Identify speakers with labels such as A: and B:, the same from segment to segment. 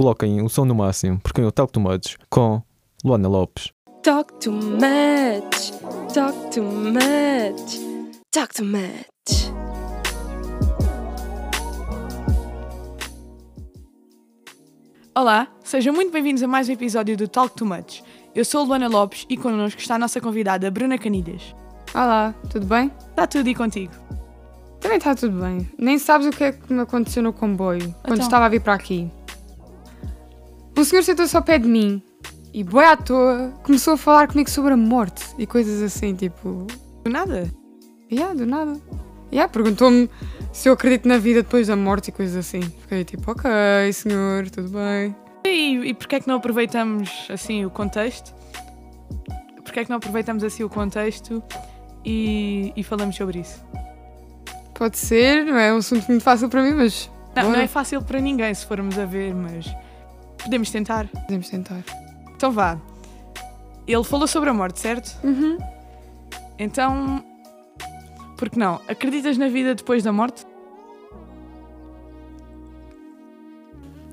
A: coloquem o som no máximo, porque eu Talk Too Much com Luana Lopes.
B: Talk too much, talk too much, talk too much.
C: Olá, sejam muito bem-vindos a mais um episódio do Talk Too Much. Eu sou a Luana Lopes e connosco está a nossa convidada Bruna Canidas.
D: Olá, tudo bem?
C: Está tudo e contigo?
D: Também está tudo bem. Nem sabes o que é que me aconteceu no comboio quando
C: Então.
D: estava a vir para aqui. Um senhor sentou-se ao pé de mim e, boi à toa, começou a falar comigo sobre a morte e coisas assim, tipo.
C: Do nada?
D: Yeah, do nada. Yeah, perguntou-me se eu acredito na vida depois da morte e coisas assim. Fiquei tipo, ok, senhor, tudo bem.
C: E, e porquê é que não aproveitamos assim o contexto? Porquê é que não aproveitamos assim o contexto e, e falamos sobre isso?
D: Pode ser, não é um assunto muito fácil para mim, mas.
C: Não, não
D: bora,
C: é fácil para ninguém se formos a ver, mas podemos tentar.
D: Podemos tentar.
C: Então vá. Ele falou sobre a morte, certo?
D: Uhum.
C: Então. Por que não? Acreditas na vida depois da morte?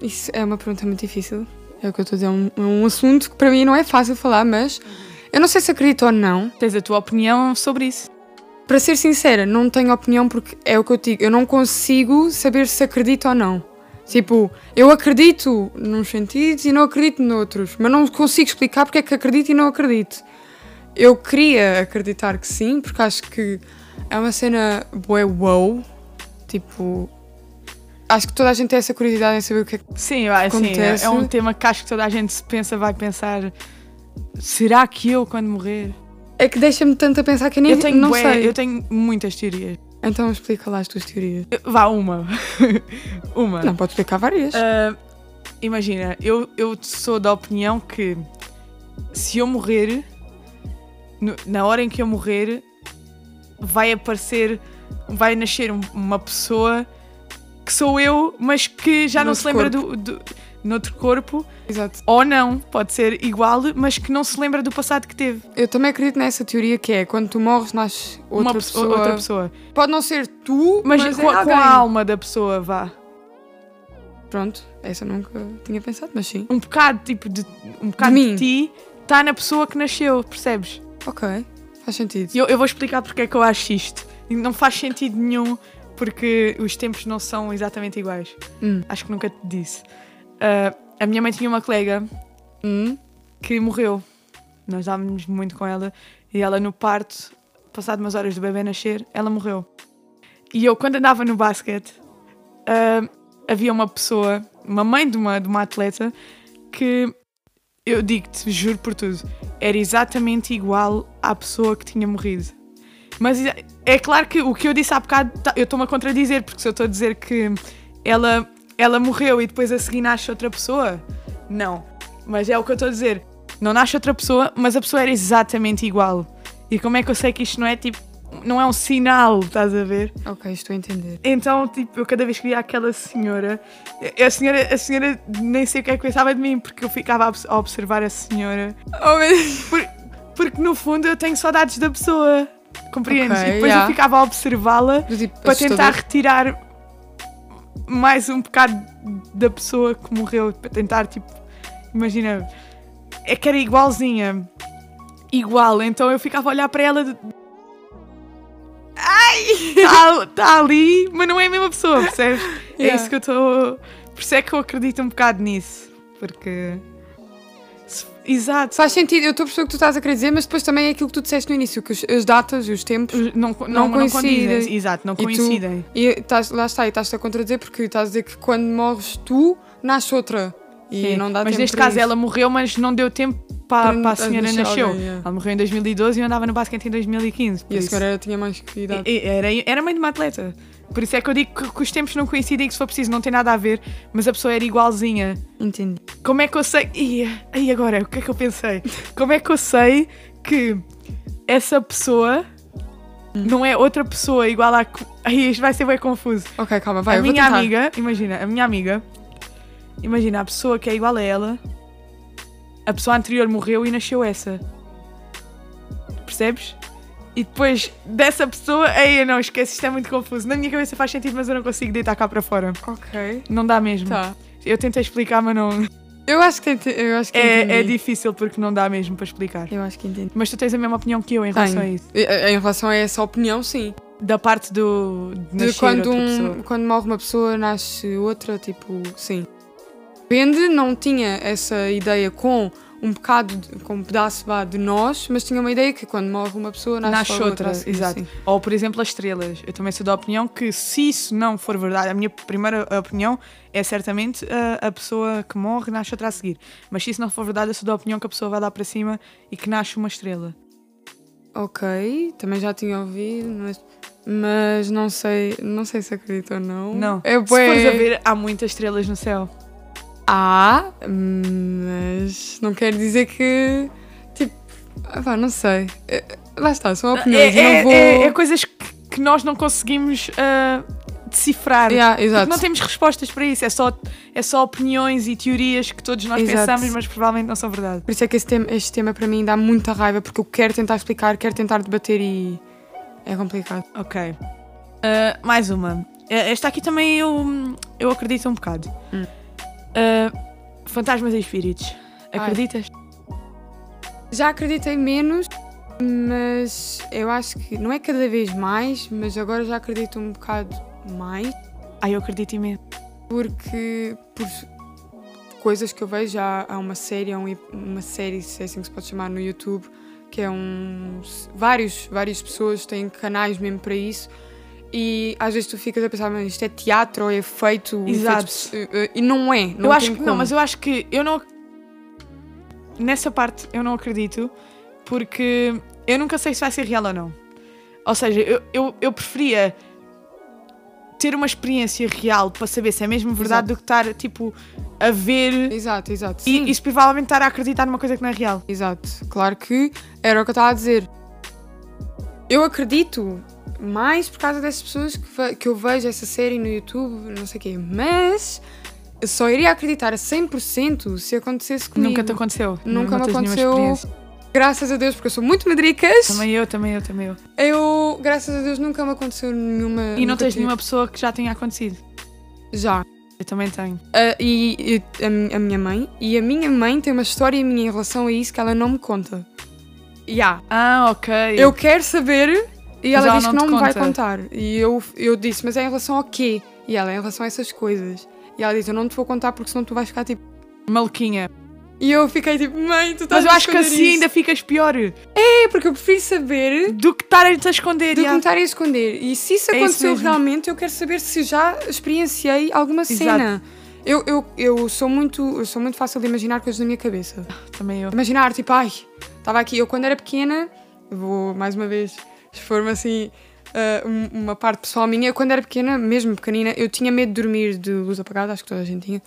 D: Isso é uma pergunta muito difícil. É o que eu estou a dizer, é um, é um assunto que para mim não é fácil falar, mas eu não sei se acredito ou não.
C: Tens a tua opinião sobre isso.
D: Para ser sincera, não tenho opinião porque é o que eu digo, eu não consigo saber se acredito ou não. Tipo, eu acredito nos sentidos e não acredito noutros, mas não consigo explicar porque é que acredito e não acredito. Eu queria acreditar que sim, porque acho que é uma cena bué wow. Tipo, acho que toda a gente tem essa curiosidade em saber o que é que
C: Sim, vai, sim, é,
D: Acontece.
C: é um tema que acho que toda a gente se pensa, vai pensar. Será que eu quando morrer?
D: É que deixa-me tanto a pensar que eu nem
C: Eu tenho,
D: Uhum, não
C: bué-
D: sei.
C: eu tenho muitas teorias.
D: Então explica lá as tuas teorias.
C: Eu- Vá, uma. uma.
D: Não, pode explicar várias.
C: Ah, imagina, eu, eu sou da opinião que se eu morrer, no- na hora em que eu morrer, vai aparecer, vai nascer um- uma pessoa que sou eu, mas que já não
D: Noutro
C: se lembra do, do. noutro corpo,
D: Exato.
C: ou não, pode ser igual, mas que não se lembra do passado que teve.
D: Eu também acredito nessa teoria que é quando tu morres nasce outra
C: uma pesso-
D: pessoa.
C: outra pessoa.
D: Pode não ser tu,
C: Mas,
D: mas, é
C: com, a- com
D: alguém.
C: a alma da pessoa, vá.
D: Pronto, essa eu nunca tinha pensado, mas sim.
C: Um bocado, tipo, de, um bocado de,
D: mim.
C: ti está na pessoa que nasceu, percebes?
D: Ok, faz sentido.
C: E Eu, eu vou explicar porque é que eu acho isto. Não faz sentido nenhum porque os tempos não são exatamente iguais.
D: Hum.
C: Acho que nunca te disse. Ah, a minha mãe tinha uma colega
D: Hum,
C: que morreu. Nós dávamos muito com ela e ela no parto, passado umas horas do bebê nascer, ela morreu. E eu quando andava no basquete, ah, havia uma pessoa, uma mãe de uma, de uma atleta, que eu digo-te, juro por tudo, era exatamente igual à pessoa que tinha morrido. Mas é- é claro que o que eu disse há bocado, tá- eu estou-me a contradizer, porque se eu estou a dizer que ela, ela morreu e depois a seguir nasce outra pessoa, não. Mas é o que eu estou a dizer. Não nasce outra pessoa, mas a pessoa era exatamente igual. E como é que eu sei que isto não é tipo. Não é um sinal, estás a ver?
D: ok, estou a entender.
C: Então, tipo, eu cada vez que via aquela senhora, a senhora, a senhora nem sei o que é que pensava de mim, porque eu ficava a obs- a observar a senhora.
D: Oh, mas...
C: Por- porque no fundo eu tenho saudades da pessoa, compreendes?
D: Ok,
C: e depois
D: yeah.
C: eu ficava a observá-la
D: Do tipo,
C: para
D: assustador.
C: tentar retirar mais um bocado da pessoa que morreu, para tentar, tipo, imagina, é que era igualzinha, igual, então eu ficava a olhar para ela de... Ai! Está ali, mas não é a mesma pessoa, percebes? É
D: Yeah.
C: isso que eu estou... Por isso é que eu acredito um bocado nisso, porque... se- Exato.
D: Faz sentido, eu estou a perceber o que tu estás a querer dizer, mas depois também é aquilo que tu disseste no início, que os- as datas e os tempos
C: Os- Não, co- não,
D: Não
C: não coincidem.
D: coincidem.
C: Exato, não
D: E tu-
C: coincidem.
D: E estás, lá está, e estás-te a contradizer porque estás a dizer que quando morres tu, nasce outra. E
C: Sim,
D: não dá
C: mas
D: tempo
C: neste
D: para
C: caso
D: isso.
C: ela morreu, mas não deu tempo para, para
D: Para
C: a
D: nascer
C: senhora
D: alguém,
C: nasceu.
D: yeah.
C: Ela morreu em 2012 e eu andava no basquete em 2015. por
D: é. E é a
C: isso-
D: senhora era- tinha mais que idade.
C: E- e- Era, era mãe de uma atleta. Por isso é que eu digo que, que os tempos não coincidem, que se for preciso não tem nada a ver, mas a pessoa era igualzinha.
D: Entendi.
C: Como é que eu sei. Ia, aí agora, o que é que eu pensei? Como é que eu sei que essa pessoa
D: Hum.
C: não é outra pessoa igual à. que- Aí isto vai ser bem confuso.
D: Ok, calma, vai.
C: a
D: eu vou
C: minha
D: tentar.
C: amiga, imagina, a minha amiga, imagina, a pessoa que é igual a ela, a pessoa anterior morreu e nasceu essa. Percebes? E depois dessa pessoa, aí eu não esqueço, isto é muito confuso. Na minha cabeça faz sentido, mas eu não consigo deitar cá para fora.
D: Ok.
C: Não dá mesmo.
D: Tá.
C: eu tentei explicar, mas não.
D: Eu acho que entendi. Eu acho que entendi.
C: É, é difícil porque não dá mesmo para explicar.
D: Eu acho que entendi.
C: Mas tu tens a mesma opinião que eu em relação a
D: Tenho.
C: isso.
D: E- e- Em relação a essa opinião, sim.
C: Da parte do. De,
D: De
C: nascer
D: quando,
C: outra
D: um,
C: pessoa.
D: quando morre uma pessoa, nasce outra, tipo, sim. Depende, não tinha essa ideia com um bocado, de- com um pedaço vá, de nós, mas tinha uma ideia que quando morre uma pessoa, nasce,
C: Nasce
D: logo
C: outra,
D: outra.
C: exato.
D: Sim.
C: Ou, por exemplo, as estrelas. Eu também sou da opinião que, se isso não for verdade, a minha primeira opinião é certamente a, a pessoa que morre nasce outra a seguir. Mas se isso não for verdade, eu sou da opinião que a pessoa vai lá para cima e que nasce uma estrela.
D: Ok, também já tinha ouvido, mas, mas não sei não sei se acredito ou não.
C: Não.
D: É
C: se fores a
D: bué.
C: ver, há muitas estrelas no céu.
D: Há, mas não quer dizer que. Tipo, ah, pá, não sei. É, Lá está, são
C: é,
D: opiniões. eu
C: é-
D: não vou.
C: é- é coisas que, que nós não conseguimos ah, decifrar.
D: Yeah, exato.
C: Porque não temos respostas para isso. É só, é só opiniões e teorias que todos nós
D: Exato.
C: pensamos, mas provavelmente não são verdade.
D: Por isso é que esse tema, este tema para mim dá muita raiva, porque eu quero tentar explicar, quero tentar debater e. É complicado.
C: Ok. Ah, mais uma. Eh, Esta aqui também eu, eu acredito um bocado.
D: Hum.
C: Ah, fantasmas e espíritos.
D: Ai.
C: Acreditas?
D: Já acreditei menos, mas eu acho que. Não é cada vez mais, mas agora já acredito um bocado mais.
C: Ai, eu acredito imenso.
D: porque por coisas que eu vejo há, há uma série há um ep- uma série se é assim que se pode chamar no YouTube que é um vários várias pessoas têm canais mesmo para isso e às vezes tu ficas a pensar mas isto é teatro ou é feito
C: Exato.
D: efeitos espe- eh, eh, e não é não
C: eu acho
D: tem
C: que
D: como.
C: não, mas eu acho que eu não. Nessa parte eu não acredito porque eu nunca sei se vai ser real ou não. Ou seja, eu, eu, eu preferia ter uma experiência real para saber se é mesmo verdade
D: Exato.
C: do que estar tipo a ver
D: exato exato sim.
C: e, e se provavelmente estar a acreditar numa coisa que não é real.
D: Exato. Claro que era o que eu estava a dizer. Eu acredito mais por causa dessas pessoas que, ve- que eu vejo essa série no YouTube, não sei o quê, mas eu só iria acreditar a 100% se acontecesse comigo.
C: Nunca te aconteceu?
D: Nunca
C: Não
D: me
C: tens nenhuma
D: aconteceu.
C: experiência?
D: Graças a Deus, porque eu sou muito medricas.
C: Também eu, também eu, também eu.
D: Eu, graças a Deus, nunca me aconteceu nenhuma.
C: E não
D: nunca
C: tens
D: tive-
C: nenhuma pessoa que já tenha acontecido?
D: Já.
C: Eu também tenho.
D: Ah, e e a, mi- a minha mãe. E a minha mãe tem uma história minha em relação a isso que ela não me conta. Já.
C: Ah, ok.
D: eu quero saber e
C: Mas
D: ela,
C: ela
D: diz
C: não
D: que
C: te
D: não me vai
C: conta.
D: contar. E eu, eu disse, mas é em relação ao quê? E ela, é em relação a essas coisas. E ela diz, eu não te vou contar porque senão tu vais ficar tipo.
C: Maluquinha.
D: E eu fiquei tipo, mãe, tu estás
C: Mas eu
D: a
C: acho que
D: esconder
C: assim
D: isso.
C: ainda ficas pior do
D: É, porque eu prefiro saber
C: que estar a te esconder.
D: do que me
C: yeah.
D: estar a esconder. E se isso
C: É isso
D: aconteceu
C: mesmo.
D: realmente, eu quero saber se já experienciei alguma
C: Exato.
D: cena. Eu, eu, eu, sou muito, eu sou muito fácil de imaginar coisas na minha cabeça.
C: Também eu.
D: imaginar, tipo, ai, estava aqui. Eu, quando era pequena, vou mais uma vez expor-me assim ah, um- uma parte pessoal minha. Eu, quando era pequena, mesmo pequenina, eu tinha medo de dormir de luz apagada, acho que toda a gente tinha.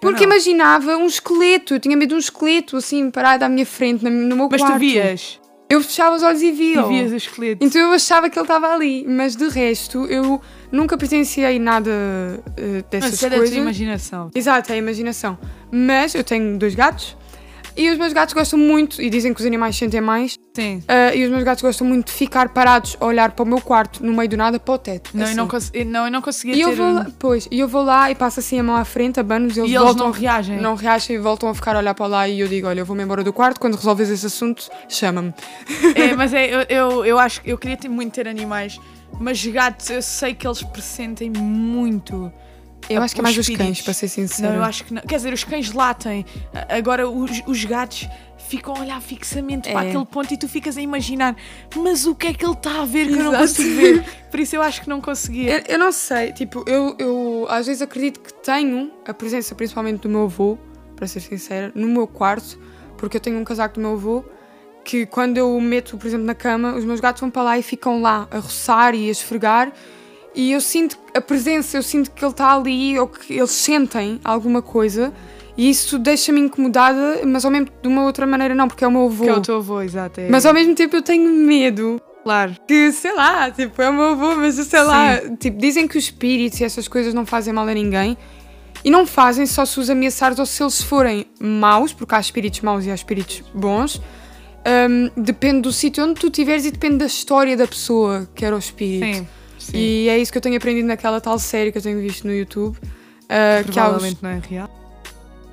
D: Porque
C: não.
D: imaginava um esqueleto, eu tinha medo de um esqueleto assim parado à minha frente, na- no meu
C: Mas
D: quarto.
C: tu vias.
D: Eu fechava os olhos e via.
C: Tu vias o esqueleto.
D: Então eu achava que ele estava ali, mas de resto eu nunca presenciei nada ah,
C: Mas
D: dessas
C: isso é da
D: coisas.
C: tua imaginação.
D: Exato, é a imaginação. Mas eu tenho dois gatos e os meus gatos gostam muito, e dizem que os animais sentem mais,
C: Sim.
D: ah, e os meus gatos gostam muito de ficar parados a olhar para o meu quarto, no meio do nada, para o teto.
C: Não, eu
D: assim.
C: não, cons- eu não, eu não conseguia
D: e eu
C: ter
D: vou
C: um-
D: lá, pois, e eu vou lá e passo assim a mão à frente, abano-os, eles
C: E eles
D: voltam
C: não reagem.
D: não reagem e voltam a ficar a olhar para lá e eu digo, olha, eu vou-me embora do quarto, quando resolves esse assunto, chama-me.
C: É, mas é, eu, eu, eu acho que eu queria ter muito ter animais, mas gatos eu sei que eles pressentem muito.
D: Eu
C: Ah,
D: acho que é mais os
C: espíritos.
D: cães, para ser sincera.
C: Não, eu acho que não. Quer dizer, os cães latem. A- Agora os, os gatos ficam a olhar fixamente para
D: É.
C: aquele ponto e tu ficas a imaginar, mas o que é que ele está a ver que eu não
D: Exato.
C: consigo ver? Por isso eu acho que não conseguia.
D: Eu, eu não sei, tipo, eu, eu às vezes acredito que tenho a presença principalmente do meu avô, para ser sincera, no meu quarto, porque eu tenho um casaco do meu avô que quando eu o meto, por exemplo, na cama, os meus gatos vão para lá e ficam lá a roçar e a esfregar e eu sinto a presença, eu sinto que ele está ali ou que eles sentem alguma coisa e isso deixa-me incomodada, mas ao mesmo de uma outra maneira não, porque é o meu avô.
C: Que é o teu avô, exato. É.
D: Mas ao mesmo tempo eu tenho medo
C: claro.
D: que, sei lá, tipo, é o meu avô, mas sei lá, tipo, dizem que os espíritos e essas coisas não fazem mal a ninguém. E não fazem só se os ameaçares ou se eles forem maus, porque há espíritos maus e há espíritos bons. Hum, depende do sítio onde tu estiveres e depende da história da pessoa que era o espírito.
C: Sim. sim.
D: E é isso que eu tenho aprendido naquela tal série que eu tenho visto no YouTube. ah, que há os-
C: Provavelmente não é real.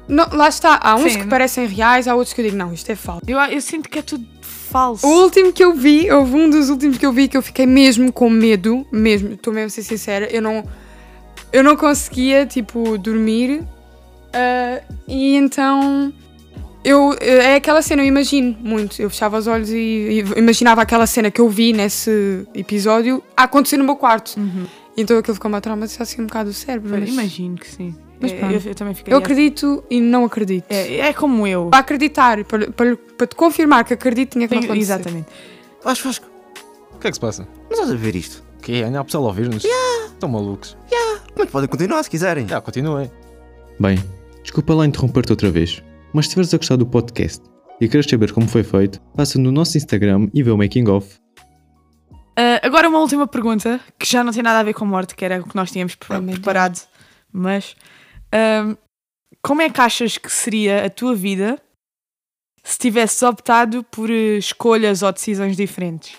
D: Não, lá está, há uns
C: Sim.
D: que parecem reais, há outros que eu digo, não, isto é falso.
C: Eu, eu sinto que é tudo falso.
D: O último que eu vi, houve um dos últimos que eu vi que eu fiquei mesmo com medo, mesmo, estou mesmo a ser sincera, eu não, eu não conseguia, tipo, dormir. ah, e então, eu, é aquela cena, eu imagino muito. Eu fechava os olhos e, e imaginava aquela cena que eu vi nesse episódio a acontecer no meu quarto. Então aquilo ficou-me a traumatizar assim um bocado o cérebro.
C: Eu
D: mas
C: Uhum. Imagino que sim.
D: Mas
C: É,
D: pronto.
C: eu, eu também fiquei.
D: Eu acredito e não acredito.
C: É, é como eu.
D: Para acreditar, para, para, para te confirmar que acredito, tinha que não
C: Tenho-
D: acontecer.
C: Exatamente.
A: Vasco, Vasco. O que é que se passa?
E: Não estás a ver isto?
A: O quê? Ainda é, há pessoal a ouvir-nos? Estão malucos.
E: Como é que podem continuar se quiserem?
A: Já, continuem.
F: Bem, desculpa lá interromper-te outra vez, mas se tiveres a gostar do podcast e queres saber como foi feito, passa no nosso Instagram e vê o making of.
C: Ah, agora uma última pergunta, que já não tem nada a ver com morte, que era o que nós tínhamos pre-
D: Ai, meu Deus.
C: preparado. Mas ahm, como é que achas que seria a tua vida se tivesses optado por eh, escolhas ou decisões diferentes?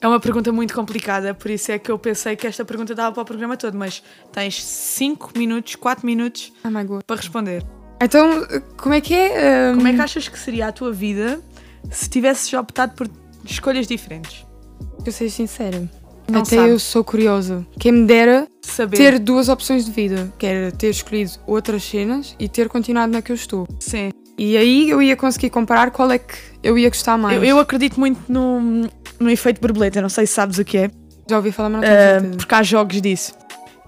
C: É uma pergunta muito complicada, por isso é que eu pensei que esta pergunta dava para o programa todo, mas tens 5 minutos, 4 minutos
D: Oh my God.
C: para responder.
D: Então, como é que é? ah,
C: Como é que achas que seria a tua vida se tivesses optado por escolhas diferentes?
D: Eu seja sincera.
C: é Não
D: Até
C: sabe.
D: eu sou curiosa. Quem me dera
C: Saber.
D: ter duas opções de vida, que era ter escolhido outras cenas e ter continuado na que eu estou.
C: Sim.
D: E aí eu ia conseguir comparar qual é que eu ia gostar mais.
C: Eu, eu acredito muito no, no efeito borboleta, não sei se sabes o que é,
D: já ouvi falar, mas não tenho
C: ah,
D: certeza.
C: porque há jogos disso.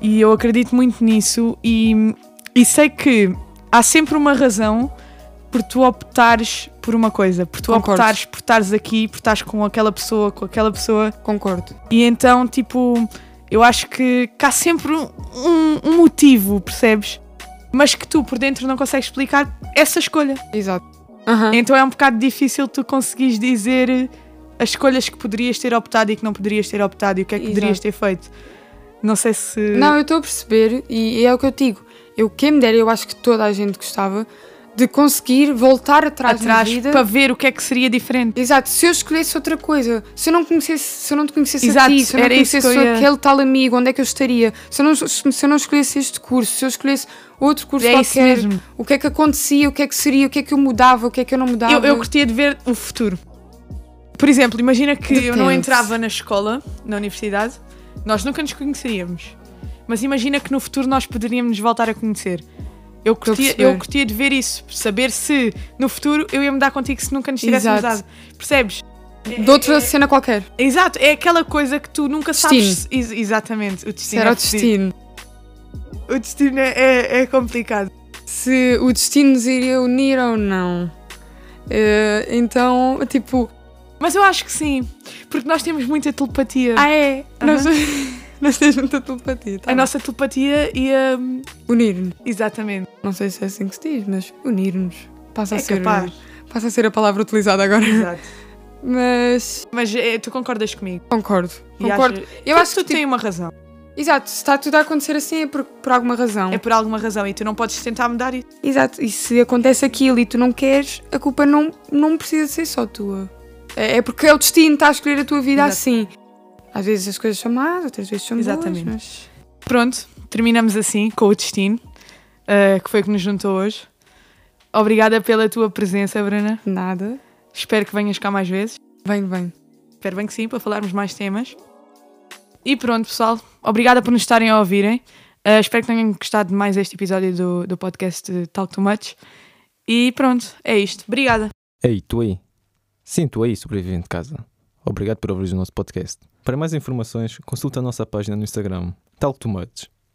C: E eu acredito muito nisso e, e sei que há sempre uma razão por tu optares por uma coisa, por tu
D: Concordo.
C: optares por estares aqui, por estares com aquela pessoa, com aquela pessoa.
D: Concordo.
C: E então, tipo, eu acho que, que há sempre um, um motivo, percebes? Mas que tu, por dentro, não consegues explicar essa escolha.
D: Exato. Aham.
C: Então é um bocado difícil tu conseguires dizer eh, as escolhas que poderias ter optado e que não poderias ter optado e o que é que
D: Exato.
C: poderias ter feito. Não sei se.
D: Não, eu estou a perceber e é o que eu digo. Eu, quem me dera, eu acho que toda a gente gostava de conseguir voltar atrás,
C: atrás
D: na vida.
C: para ver o que é que seria diferente.
D: Exato, se eu escolhesse outra coisa, se eu não conhecesse, se eu não te conhecesse
C: Exato,
D: a ti, se eu não
C: era isso que
D: conhecesse
C: eu ia-
D: aquele tal amigo, onde é que eu estaria, se eu não, se eu não escolhesse este curso, se eu escolhesse outro curso
C: É isso
D: qualquer,
C: mesmo.
D: o que é que acontecia, o que é que seria, o que é que eu mudava, o que é que eu não mudava.
C: Eu, eu gostaria de ver o futuro. Por exemplo, imagina que eu não
D: Depende.
C: entrava na escola, na universidade, nós nunca nos conheceríamos. Mas imagina que no futuro nós poderíamos nos voltar a conhecer. Eu
D: Estou a
C: curtia,
D: perceber.
C: eu curtia de ver isso, saber se no futuro eu ia mudar contigo se nunca nos tivéssemos
D: Exato.
C: dado. Percebes?
D: de
C: é-
D: outra cena qualquer,
C: Exato, é aquela coisa que tu nunca sabes.
D: Destino.
C: Ex- exatamente, o
D: se
C: destino.
D: era
C: é
D: o destino.
C: fodido. O destino é, é- é complicado.
D: Se o destino nos iria unir ou não. Eh, então, tipo,
C: Mas eu acho que sim, porque nós temos muita telepatia.
D: ah é, nós, nós temos muita telepatia, tá
C: a
D: bem.
C: nossa telepatia e a.
D: unir-nos.
C: Exatamente.
D: Não sei se é assim que se diz, mas unir-nos. Passa, Tá a
C: É
D: ser-
C: capaz.
D: passa a ser a palavra utilizada agora.
C: Exato.
D: Mas
C: Mas é, tu concordas comigo?
D: Concordo,
C: E
D: concordo.
C: acho-
D: Eu acho
C: tu
D: que,
C: tens uma razão.
D: tipo, Exato, se está tudo a acontecer assim é por, por alguma razão.
C: É por alguma razão e tu não podes tentar mudar isso.
D: Exato, e se acontece aquilo e tu não queres, a culpa não, não precisa ser só tua. É, é porque é o destino, está a escolher a tua vida
C: Exato.
D: assim. Às vezes as coisas são más, outras vezes são
C: Exatamente.
D: boas, mas...
C: Pronto, terminamos assim com o destino, eh, que foi o que nos juntou hoje. Obrigada pela tua presença, Bruna.
D: Nada.
C: Espero que venhas cá mais vezes.
D: Bem, bem.
C: Espero bem que sim, para falarmos mais temas. E pronto, pessoal. Obrigada por nos estarem a ouvirem. Uh, espero que tenham gostado de mais este episódio do, do podcast de Talk Too Much. E pronto, é isto. Obrigada.
A: Ei, tu aí. Sim, tu aí, sobrevivente de casa. Obrigado por ouvir o nosso podcast. Para mais informações, consulta a nossa página no Instagram, Talk Too Much,